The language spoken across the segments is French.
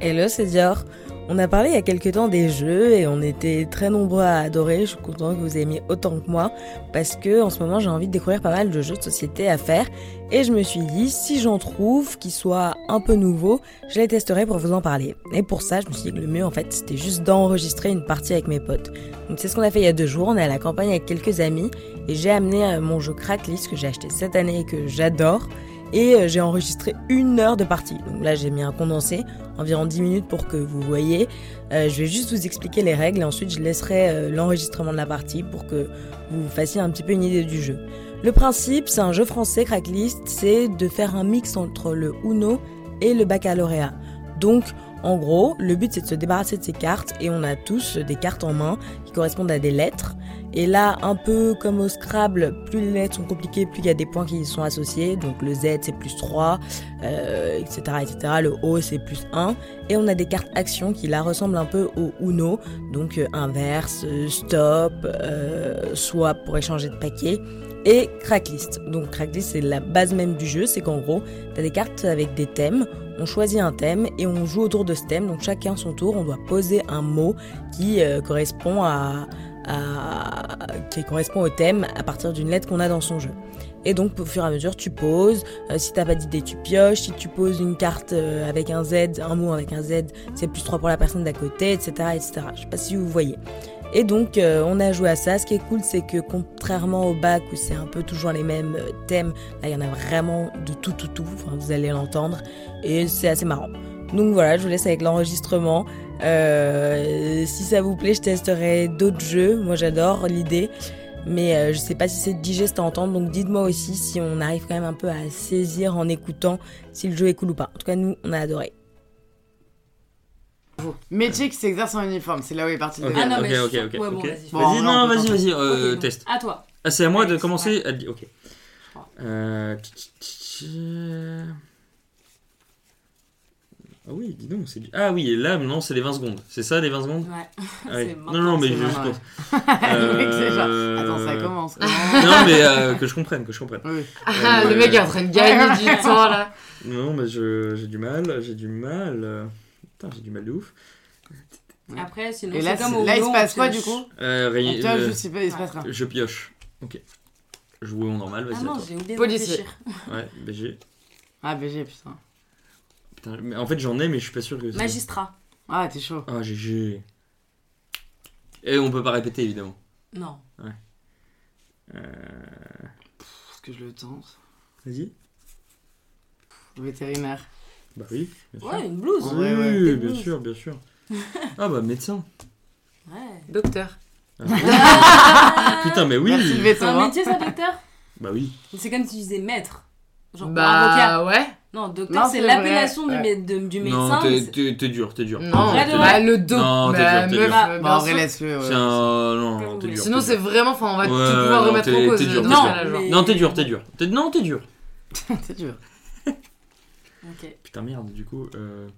Hello, c'est Dior. On a parlé il y a quelques temps des jeux et on était très nombreux à adorer. Je suis contente que vous ayez mis autant que moi parce que en ce moment j'ai envie de découvrir pas mal de jeux de société à faire et je me suis dit si j'en trouve qui soient un peu nouveaux, je les testerai pour vous en parler. Et pour ça, je me suis dit que le mieux en fait c'était juste d'enregistrer une partie avec mes potes. Donc c'est ce qu'on a fait il y a deux jours. On est à la campagne avec quelques amis et j'ai amené euh, mon jeu Cracklis que j'ai acheté cette année et que j'adore et euh, j'ai enregistré une heure de partie. Donc là, j'ai mis un condensé, environ 10 minutes pour que vous voyez. Euh, je vais juste vous expliquer les règles et ensuite je laisserai euh, l'enregistrement de la partie pour que vous fassiez un petit peu une idée du jeu. Le principe, c'est un jeu français, Cracklist, c'est de faire un mix entre le Uno et le baccalauréat. Donc, en gros, le but c'est de se débarrasser de ces cartes et on a tous des cartes en main qui correspondent à des lettres. Et là, un peu comme au Scrabble, plus les lettres sont compliquées, plus il y a des points qui y sont associés. Donc le Z c'est plus 3, euh, etc., etc. Le O c'est plus 1. Et on a des cartes actions qui là ressemblent un peu au Uno. Donc euh, inverse, stop, euh, swap pour échanger de paquets et cracklist. Donc cracklist c'est la base même du jeu, c'est qu'en gros, t'as des cartes avec des thèmes, on choisit un thème et on joue autour de ce thème, donc chacun son tour, on doit poser un mot qui euh, correspond à, à, qui correspond au thème à partir d'une lettre qu'on a dans son jeu. Et donc au fur et à mesure tu poses, euh, si t'as pas d'idée tu pioches, si tu poses une carte euh, avec un Z, un mot avec un Z, c'est plus 3 pour la personne d'à côté, etc. etc. Je sais pas si vous voyez. Et donc euh, on a joué à ça. Ce qui est cool c'est que contrairement au bac où c'est un peu toujours les mêmes euh, thèmes, là il y en a vraiment de tout tout tout, enfin, vous allez l'entendre, et c'est assez marrant. Donc voilà, je vous laisse avec l'enregistrement. Euh, si ça vous plaît, je testerai d'autres jeux. Moi j'adore l'idée. Mais euh, je sais pas si c'est digeste à entendre, donc dites-moi aussi si on arrive quand même un peu à saisir en écoutant si le jeu est cool ou pas. En tout cas, nous, on a adoré. Métier qui s'exerce en uniforme, c'est là où est parti le Ok, Ah débat. non, mais je- ok, ok, ouais, bon, ok. vas-y. Vas-y, Bon, non, on peut vas-y, vas-y, euh, Ok, donc, test. À toi. Ah, c'est à moi de Allez, commencer ouais. à dire- Ok. crois. Euh... tch, tch, tch, euh. Ah oui, dis donc, c'est du... Ah oui, et là, non, c'est les 20 secondes. C'est ça, les 20 secondes Mm. Ouais. Ah oui. C'est Non, maintenant, non, mais c'est je je maintenant, pense. Le mec, c'est genre, Euh, Attends, ça commence. comment Non, mais euh, que je comprenne, que je comprenne. Euh, Oui. Ah, Euh, le mec est en train de gagner du temps là. Non, mais je- j'ai du mal, j'ai du mal. euh, Putain, j'ai du mal de ouf. Après, sinon, Et c'est là, comme c'est- au là, il se Uno, passe on quoi du pioche. coup Euh, On Ray- pioche, euh, je sais pas, il se passe rien. je pioche. Ok. Jouer en normal, Ah vas-y. à non, toi. j'ai oublié de Policier. réfléchir. Ouais, BG. Ah, BG, putain. Putain, mais en fait, j'en ai, mais je suis pas sûr que c'est- Magistrat. Ah, t'es chaud. Ah, GG. Et on peut pas répéter, évidemment. Non. Est-ce que je le tente Vas-y. Vétérinaire. Bah oui, bien sûr. Ouais, une blouse. Ouais, ouais. Oui, bien sûr, bien sûr. Ah bah, médecin. Ouais. Docteur. Ah Putain, mais oui. Merci le C'est veto. un hein. métier, ça, docteur Bah oui. C'est comme si tu disais maître. Genre, bah avocat. ouais. Non, docteur, Non, c'est c'est vrai. l'appellation du, Ouais. mé- de- du médecin. Non, mais t'es- c'est- t'es t'es dur, t'es dur. Euh, Non, Vrai de T'es- vrai. bah, le dos. Non, t'es bah, dur, t'es meuf, dur. bien Bah, en vrai, sûr. laisse-le. ouais. C'est un. Non, non, t'es dur. Sinon, t'es c'est dur. vraiment. Enfin, on va Ouais, tout pouvoir non, remettre t'es- en cause. t'es dur, euh, t'es non, dur. là, genre. mais- Non, t'es dur, t'es dur. T'es- Non, t'es dur. C'est dur. Ok. Putain, merde, du coup. Euh...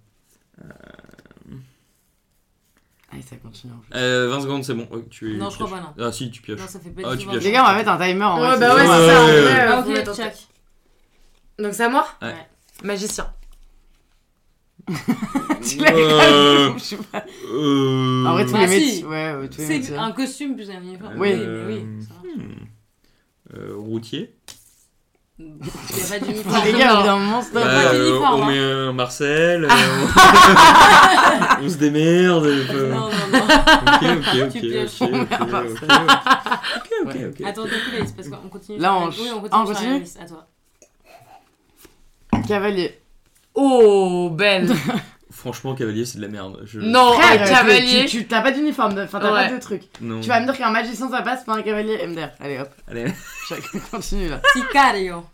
Allez, ça continue. en fait. euh, 20 secondes, c'est bon. Ouais, tu Non, je crois pioches. pas, non. Ah si, tu pioches. Non, ça fait pas Ah, du tu tout pioches. Les gars, on va mettre un timer en Ouais, vrai, bah c'est ouais, bon. Ouais, c'est ça. en ouais, vrai, ouais. euh, Ah, faut mettre en ok, check. tête. Donc, c'est à moi Ouais. Magicien. Tu l'as Euh, grave, je sais pas. euh... En vrai, tous les Ah, si. métiers. Ouais, ouais, tous les C'est métiers. un costume plus un uniforme. Oui. mais oui. ça va. hmm. Euh, routier. Il n'y a pas Ah, Les d'uniforme. gars, au bout d'un moment, c'est Ouais. pas- pas euh, d'uniforme, on hein. met un Marcel. euh, on... on se démerde. euh, Non, non, non. Ok, ok, ok, Tu pioches. ok, ok, ok. Ok, ok, ok. Attends, du coup, là, il se passe quoi On continue Là, sur la- on- Oui, on continue. Ah, on sur la continue liste. À toi. Cavalier. Oh, belle. Franchement, cavalier, c'est de la merde. Je... Non, Oh, un Frère, cavalier. tu- tu- T'as pas d'uniforme, enfin, t'as pas Ouais. de truc. Non. Tu vas me dire qu'un magicien ça passe, pas un cavalier MDR. Allez hop, Allez. chacun continue là. Sicario.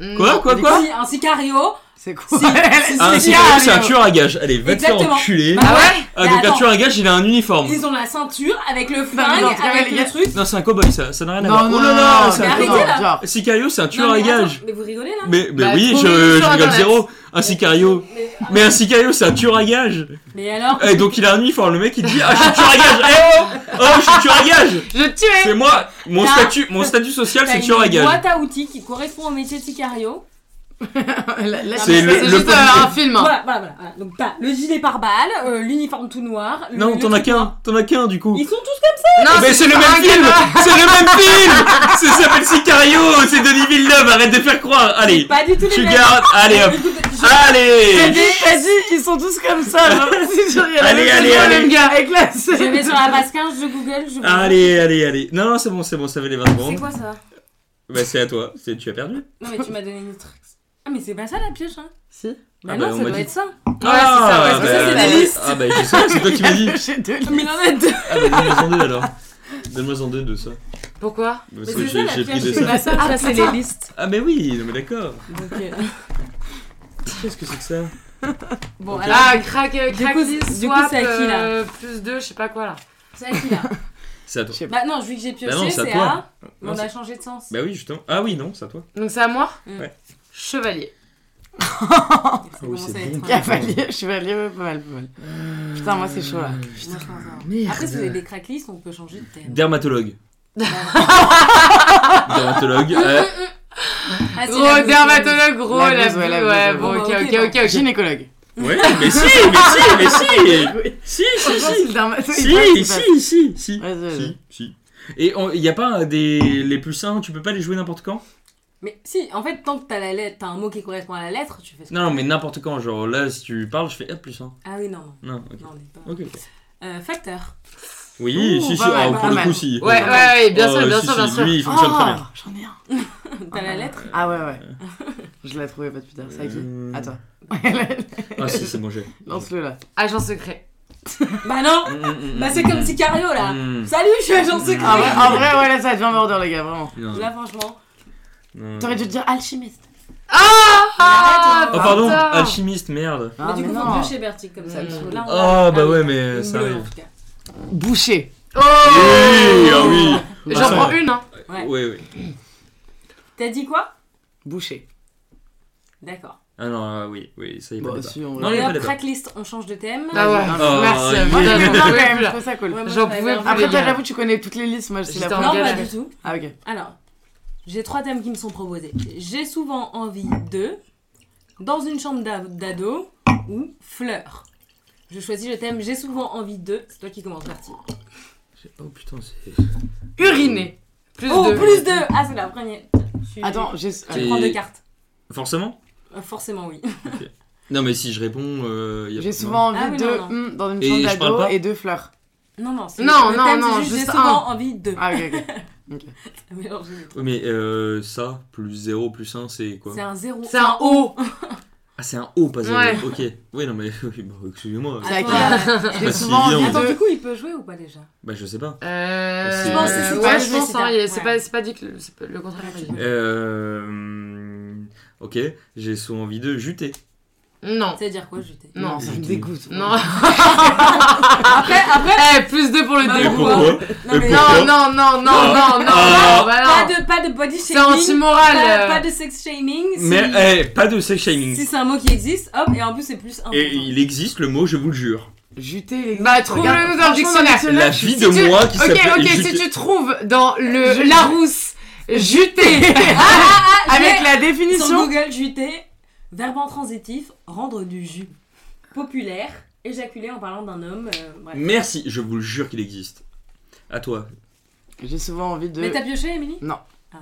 Non. Quoi, quoi, quoi Si, Un sicario. C'est quoi Si, si, Ah, c'est si, si, vrai, ah, c'est un mais- tueur à gage. Allez, va te faire Exactement. Bah, enculer. Ah ouais Ah, donc Mais un attends. tueur à gage, il a un uniforme. Ils ont la ceinture avec le mais flingue, dans ce cas-là, avec les gars- le truc. Non, c'est un cowboy, ça, ça n'a rien à voir. Non, non, oh là là, c'est mais un arrêtez, cowboy. là. genre. Sicario, c'est un tueur Non, à mais attends, gage. Mais vous rigolez là Mais, mais Bah, oui, je, trouvez-le sur je rigole Internet. zéro. Un sicario. mais, Mais un sicario, c'est un tueur à gage. mais alors Et donc il a un uniforme, le mec il dit Ah, je suis tueur à gage. Eh oh Oh, je suis tueur à gage. Je tuais C'est moi, mon T'as- statut, mon statut social, T'as c'est une tueur à gage. boîte à outils qui correspond au métier de sicario La- la- C'est le- C'est juste euh, un film. hein. Voilà, voilà, voilà, voilà. Donc t'as le gilet pare-balles, euh, l'uniforme tout noir. le- Non, le t'en as truc noir. qu'un, t'en as qu'un du coup. Ils sont tous comme Non, Mais c'est le même Ah, un film gars. C'est le même film C'est- Ça s'appelle Sicario C'est Denis Villeneuve, arrête de faire croire Allez, pas du tout les tu mêmes. gardes, allez hop Écoute, je- T'as Allez dit, t'as dit, ils sont tous comme ça. genre, c'est sûr, il y a la Allez, même- allez, c'est le allez. même gars avec la Je vais sur la base 15, je google, je Allez, allez, allez Non, non, c'est bon, c'est bon, ça fait les 20 C'est secondes. quoi ça Bah c'est à toi, C'est- tu as perdu. Non mais tu m'as donné une autre. Ah mais c'est pas ça la pioche hein Si. Bah Ah bah, non, on ça m'a doit dit. être ça. ça, ouais, ça, c'est la liste. Ah bah je sais, c'est toi qui m'as dit J'ai deux listes. Mais il en a deux. Ah bah donne-moi en deux alors Donne-moi en deux de ça. Pourquoi Parce Mais que c'est ça, j'ai la j'ai pris de pioche. ça. Ah, ça, c'est les putain. listes. Ah mais oui, non mais d'accord Ok. Qu'est-ce que c'est que ça Bon Ok. alors Ah, crack, euh, Du crack, coup, dis, c'est- du coup, swap, c'est à qui, là euh, plus 2, je sais pas quoi là. c'est à qui là C'est à toi. Bah non, vu que j'ai pioché, Bah non, c'est à c'est toi. à. Mais Non, on a c'est- changé de sens. Bah oui justement. Ah oui non, c'est à toi. Donc c'est à moi Ouais. Chevalier. Ça oui, commence oh, c'est à être bon. un- Cavalier, chevalier, ouais, pas mal, pas mal. Putain, moi c'est chaud là. Euh, Moi, je pense à- Merde. Après, si vous avez des cracklistes, on peut changer de thème. Dermatologue. Dermatologue. euh, Ah, c'est Gros la boucle. dermatologue, gros, La la blouse, ouais, blouse, la Ouais, blouse, bon, ouais. ok, Bon, ok, ok, ok, ok. Gynécologue. Ouais, mais si, mais si, mais si, si, Non, c'est le derma- si, Il passe, il passe. si, si, si, si, si, Vas-y, vas-y. si, si. Et il n'y a pas un des les plus sains, tu peux pas les jouer n'importe quand Mais si, en fait, tant que t'as la lettre, t'as un mot qui correspond à la lettre, tu fais ça. Non, non, mais n'importe quand, genre là, si tu parles, je fais ah, plus sain. Ah oui, non. Non, ok. Non, on n'est pas. Ok, ok. Euh, facteur. Oui, Ouh, si, si, pas ah, mal, pour pas le mal. coup, si. Ouais, ouais, ouais, bien sûr, Ah, bien si, sûr, bien si, sûr. Lui, il fonctionne très bien. Ah, J'en ai un. T'as la lettre Ah ouais, ouais. Je la trouvais pas depuis tard. C'est à qui Euh, À toi. Ah, si, c'est bon, j'ai. Lance-le là. Agent secret. Bah non Hmm. Bah c'est comme Sicario là Mm. Salut, je suis agent secret Ah, En vrai, en vrai, ouais, là ça devient mordeur, les gars, vraiment. Non, Là, franchement. non. T'aurais dû dire alchimiste. Ah, Oh, pardon, putain. alchimiste, merde. Ah, mais du mais coup, non. faut mieux chez Bertic comme ça. Mm. parce que là, on a- Oh, bah ah oui, ouais, mais une ça bleue, en arrive. tout cas. Boucher. Oh Oui, ah oui. J'en prends une, hein. Ouais. Oui, oui. T'as dit quoi Boucher. D'accord. Ah non, ah oui, oui, ça y est. Bon, pas. Bah, si on Non, va. il y a pas Alors, les tracklist, on change de thème. Ah ouais, Oh, merci. il euh, est Moi, putain, j'aime j'en bien quand pouvais même, plus, je là. trouve ça cool. Ouais, moi, J'en je pouvais l'avais plus, Après, les toi, gars. j'avoue, tu connais toutes les listes, moi je sais la J'étais en première. Non, pas galère. du tout. Ah, ok. Alors, j'ai trois thèmes qui me sont proposés. J'ai souvent envie de, dans une chambre d'a- d'ado ou fleurs. Je choisis le thème j'ai souvent envie de. C'est toi qui commence, parti. Oh putain, c'est. Uriner. Plus Oh, deux. plus de Ah, c'est la première. Je suis- Attends, j'ai. je Et- prends deux cartes. Forcément Euh, Forcément, oui. Non, mais si je réponds, euh, y a J'ai pas- souvent envie Ah oui, de non, hum, dans une Et chambre je parle d'ado pas et de fleurs. Non, non, c'est Non, le non, thème, non, c'est juste, juste j'ai souvent envie de. Ah ok ok. Mélanger les Ouais, trois. mais euh, ça, plus 0, plus 1, c'est quoi C'est un zéro. C'est un O. Ah, c'est un O, pas 0. Ouais. Ok. Oui, non, mais oui, bah, excusez-moi. C'est à qui Attends, là euh, Je sais J'ai pas si souvent bien, envie mais- Attends, du de. coup, il peut jouer ou pas déjà Bah, je sais pas. Euh, Je pense que c'est ouais, ça, je c'est pense, ça. hein, il- c'est Ouais. pas, c'est pas dit que le, c'est pas- le contraire est pas dit. Euh. Ok, j'ai souvent envie de juter. Non, C'est-à-dire quoi, j'étais non, Non, ça me dégoûte. non. Après, après, Eh, plus 2 pour le Bah, Et début. pourquoi pourquoi non, mais- pourquoi Non, non, non, non, non, non, Ah. non, bah pas non. de, pas de body C'est shaming. anti-moral. Pas, pas euh. de sex shaming. si- Mais, eh, pas de sex shaming. Si c'est un mot qui existe, hop, et en plus c'est plus important. Et il existe le mot, je vous le jure. Juter les Bah, trouve-le-nous dans le dictionnaire. La vie de tu- moi qui Ok, s'appelle ok, si juter. tu trouves dans Je- le Larousse juté Ah, je Avec vais- la Sur définition. Google, juter, verbe intransitif, rendre du jus. Populaire, éjaculer en parlant d'un homme. euh, bref. Merci, je vous le jure qu'il existe. À toi. J'ai souvent envie Mais de. t'as pioché, Émilie Non. Ah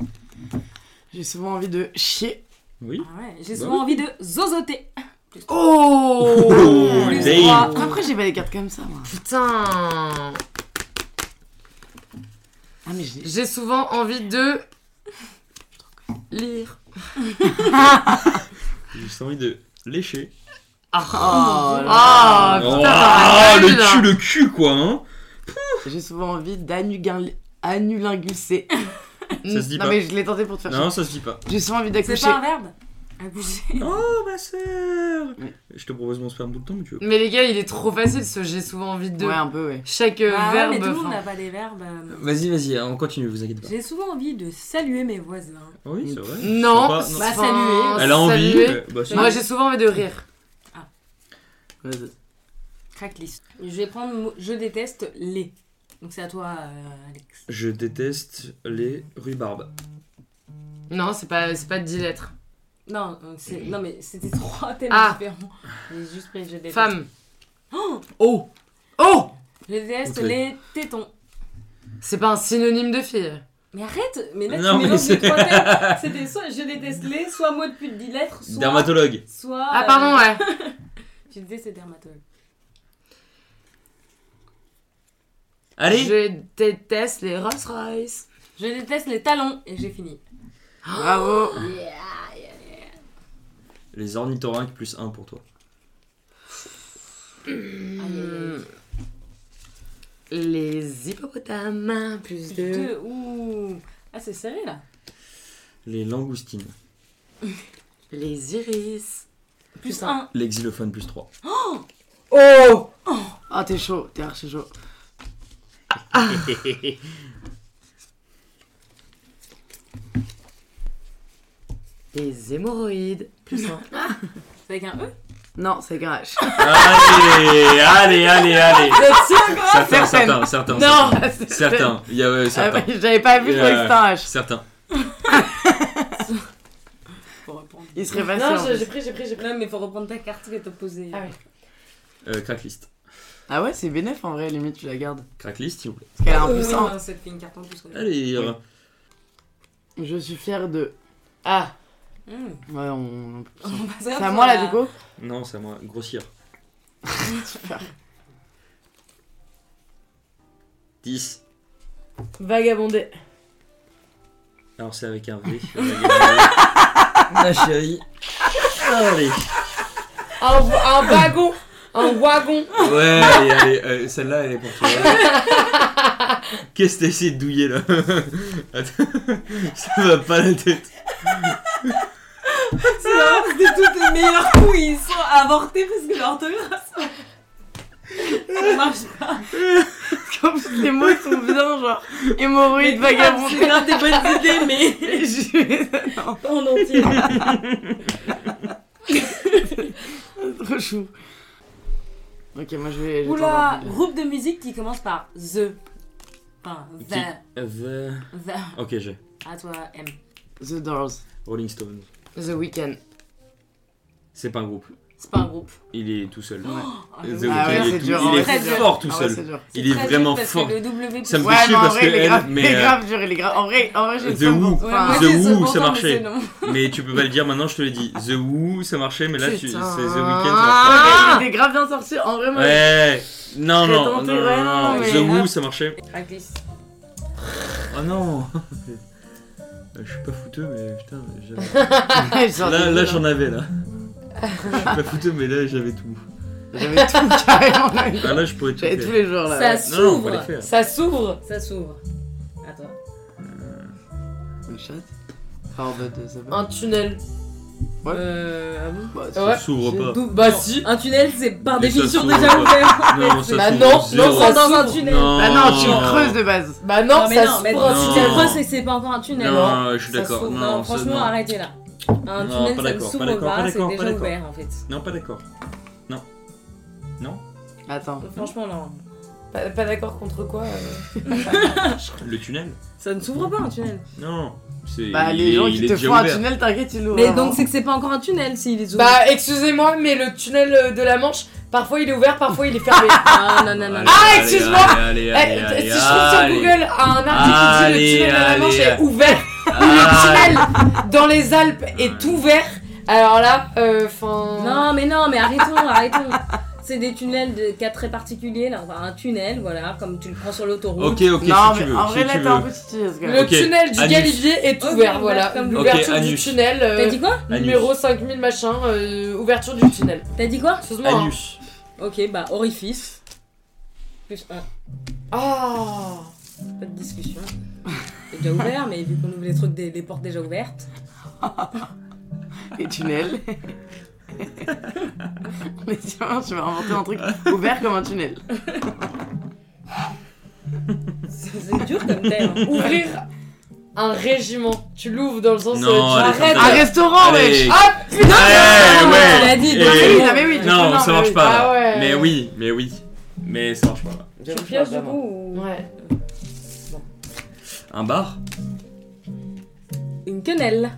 ouais. J'ai souvent envie de chier. Oui. Ah ouais. J'ai Bah souvent envie de zozoter. Oh Oh, Plus damn. trois. Après j'ai pas des cartes comme ça moi. Putain Ah mais j'ai. J'ai souvent envie de lire. J'ai juste envie de lécher. Ah, Oh, Dieu. Ah, putain, Ouah, t'en as le une, là. cul, le cul, quoi, hein. J'ai souvent envie d'anulinguser. Anulinguser. Ça se dit Non pas. mais je l'ai tenté pour te faire chier. Non, ça se dit pas. J'ai souvent envie C'est d'accoucher. pas un verbe Accoucher. Oh, ma sœur Oui. Je te propose mon sperme tout le temps, mais tu veux. Mais les gars, il est trop facile ce j'ai souvent envie de. Ouais un peu ouais. Chaque euh, Bah ouais, verbe. mais tout le monde enfin. n'a pas des verbes. euh. Vas-y, vas-y, hein, on continue, vous inquiétez pas. J'ai souvent envie de saluer mes voisins. Oui, c'est vrai. Non. Sympa, non. Bah, Enfin, saluer. Elle a envie. saluer. euh, bah, c'est- Moi, j'ai souvent envie de rire. Vas-y. Cracklist. Je vais prendre le mot je déteste les. Donc c'est à toi, euh, Alex. Je déteste les rhubarbes. Non, c'est pas, c'est pas de 10 lettres. Non, euh, c'est- non mais c'était trois thèmes Ah. différents. J'ai juste pris je déteste. Femme. Oh Oh Je déteste Ok. les tétons. C'est pas un synonyme de fille. Mais arrête Mais là Non, tu mais mélanges c'est- les trois thèmes. C'était soit je déteste les, soit mot de plus de 10 lettres, soit... Dermatologue. Soit... Ah, euh, pardon, ouais. Je déteste les dermatologues. Allez Je déteste les Rolls Royce. Je déteste les talons. Et j'ai fini. Bravo. Les ornithorynques plus 1 pour toi. Aïe, aïe, aïe. Les hippopotames, plus de. Deux, ouh. Ah, c'est serré là. Les langoustines. Les iris. Plus un. un. Les xylophones plus 3. Oh Ah, t'es chaud, t'es archi chaud. Les hémorroïdes, plus un. C'est avec un E Non, c'est avec un H. allez, allez, allez, allez. Certains, Certaines. certains, certains. Non certains. Certains. Il y a ouais, Ah, certains. ouais, J'avais pas vu, je croyais que c'était un H. Certains. Faut reprendre. Il serait facile. Non, Ah, en je- plus. j'ai pris, j'ai pris, j'ai pris. Non, mais faut reprendre ta carte que t'as posée. Ah ouais. Euh, cracklist. Ah ouais, c'est bénéf en vrai, limite, tu la gardes. Cracklist, s'il vous plaît. Parce qu'elle a un Oui, plus Euh, oui, un. non, ça te fait une carte en plus. ouais. Allez. euh, Je suis fier de. Ah, Hum. ouais, on. on- On passe C'est à moi là, du coup Non, c'est à moi. Grossir. Super. 10. Vagabondé. Alors c'est avec un V. Ma chérie. Allez. Un, un wagon Un wagon Ouais, allez, allez. euh, Celle-là, elle est pour toi. Qu'est-ce que t'as essayé de douiller là Attends, ça va pas la tête. C'est vraiment c'était toutes les meilleures coups, ils sont avortés parce que l'orthographe. Ça marche pas. Comme si les mots sont bien, genre. Hémorroïde, vagabond. C'est l'un des bonnes idées, mais Je- pas en entier. Trop chou. Ok, moi je vais. je vais Oula, t'en dire. groupe de musique qui commence par The. Enfin, The. Qui- The... The. Euh, Ok, j'ai. À toi, M. The Doors. Rolling Stones. The Weeknd. C'est pas un groupe. C'est pas un groupe. Il est tout seul. Ah, The oui. Weeknd, ouais, il c'est est, tout- dur, il ouais, est c'est dur. fort tout Ah ouais, seul. c'est dur. C'est il est très vraiment dur parce fort. Que le W Ça me- Ouais, Fichu mais en parce vrai, que il est elle, grave, mais, il est euh, grave dur, il est grave. En vrai, en vrai j'ai The une seule Who. bombe. Ouais, Enfin, moi, The c'est Who, second ça temps, marchait. mais c'est non. Mais tu peux pas le dire maintenant, je te le dis. The Who, ça marchait, mais là, tu... c'est The Weeknd. Putain. Ça marche Ah, mais il est grave bien sorti. En vrai, pas. moi, Ouais. Non, J'ai non, non, tenté, non, ouais, non, non, mais- The Who, ça marchait. Ah, Raclisse. Oh non Euh, Je suis pas fouteux, mais putain, j'avais- j'ai- j'en ai là, vu, là j'en avais là. Je suis pas fouteux, mais là j'avais tout. J'avais tout carrément. là. Ah là, je pourrais tout J'avais tous faire. les jours là. Ça ouais. Non, non, faut les s'ouvre. faire. Ça s'ouvre. Ça s'ouvre. Attends. Une chatte Enfin, en mode, euh, ça peut. Un tunnel. Ouais. Euh. Ah bon Bah, Ah ouais. Ça s'ouvre pas. Bah si Un tunnel, c'est par Mais ça définition s'ouvre déjà pas. ouvert. Non, ça Bah s'ouvre non, zéro. non, On est ça dans un s'ouvre. tunnel. Bah non, Oh. tu creuses de base. Bah non, non, mais ça non, se mais prend, si tu tu la le creuses, creuses, c'est que c'est pas encore un tunnel. hein. Non, je suis Ça se d'accord. trouve- Non, non, ça, franchement, non. arrêtez là. Un Non, tunnel, pas ça ne d'accord, pas s'ouvre d'accord, pas, pas c'est d'accord, déjà pas d'accord. ouvert en fait. Non, pas d'accord. Non. Non Attends. Franchement, non. Pas, pas d'accord contre quoi euh. Le tunnel Ça ne s'ouvre pas un tunnel. Non. c'est- Bah, il les est- gens il qui est te déjà font un ouvert. tunnel, t'inquiète, ils l'ouvrent. Mais avant. donc, c'est que c'est pas encore un tunnel s'il est ouvert. Bah excusez-moi, mais le tunnel euh, de la Manche, parfois il est ouvert, parfois il est fermé. Ah non, non, non. Allez, non. Ah, allez, excuse-moi. allez, allez, Eh, allez, allez, si je trouve sur allez. Google un article qui dit Allez, le tunnel de la allez. Manche est ouvert, Allez. le tunnel dans les Alpes est Ouais. ouvert, alors là, euh, fin... Non, mais non, mais arrêtons, arrêtons. C'est des tunnels de cas très particuliers. Là, on va un tunnel, voilà, comme tu le prends sur l'autoroute. Ok, ok, Non, si tu mais veux. en si vrai, tu là, t'es veux. un peu titillé, ce Le gars. Ok, tunnel du anus. Galibier est Ok, ouvert, ouvert voilà. comme- Ok, L'ouverture du anus. tunnel, euh, T'as dit quoi Anus. numéro 5000 machin, euh, ouverture du tunnel. T'as dit quoi Excuse-moi. hein. Anus. Ok, bah, orifice. Plus un. Ah. Pas de discussion. C'est déjà ouvert, mais vu qu'on ouvre les trucs, des, les portes déjà ouvertes. Les tunnels. Mais tiens, je vais inventer un truc ouvert comme un tunnel. C'est c'est dur comme thème. hein. Ouvrir un régiment, tu l'ouvres dans le sens... Non, euh, allez, tu arrêtes... Un restaurant, wesh Allez. Ah putain Ouais, ouais. Tu l'as Ah, dit, Et- donc c'est oui, bon. ah, mais oui, tu- Non, Non, ça mais marche oui. pas. Ah là. ouais. Mais oui, mais oui. Mais ça marche pas. là. Tu le pièges du coup ou... Ouais. Un bar Une quenelle.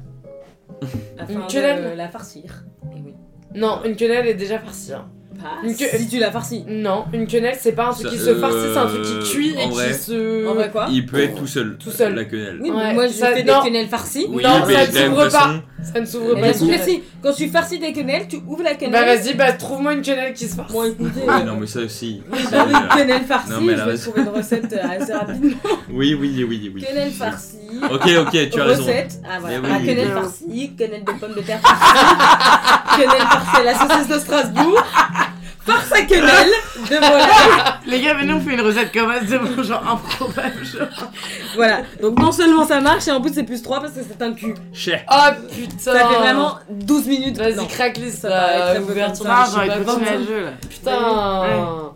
afin Une de quenelle la farcir. Et oui. Non, une quenelle est déjà farcie. hein. Bah, Une que- si tu la farcis. Non, une quenelle, c'est pas un truc Ça, qui se farcit, c'est un euh, truc qui cuit en et vrai. qui se. En vrai quoi Il peut être tout seul. Tout seul. La quenelle. Oui, mais Ouais, moi je ça- fais non. des quenelles farcies. Oui, non, ça de ne la même s'ouvre pas. façon, Ça ne Mais s'ouvre pas. Bien une sûr que quenelle. si. Quand tu farcis des quenelles, tu ouvres la Bah quenelle. vas-y, bah trouve-moi une quenelle qui se farcie. Bon, écoutez, Ouais, euh, non, mais ça aussi. une quenelle farcie, Non, mais elle je a vais raison. trouver une recette euh, assez rapidement. Oui, oui, oui, oui. Quenelle farcie. Ok, ok, tu as raison. recette. Ah voilà, Mais oui. Ah, quenelle Non. farcie, quenelle de pommes de terre farcie, quenelle farcie à la saucisse de Strasbourg, farce à quenelle de volaille. Les gars, venez, on fait une recette comme ça, c'est bon, genre improbable. genre. Voilà, donc non seulement ça marche et en plus c'est plus 3 parce que c'est un cul. Cher. Oh putain Ça fait vraiment 12 minutes. Vas-y, Non. craque-les, ça paraît très va peu ouverture comme Ah, de ça, je sais j'aurais pas continué quoi. à jeu là. Putain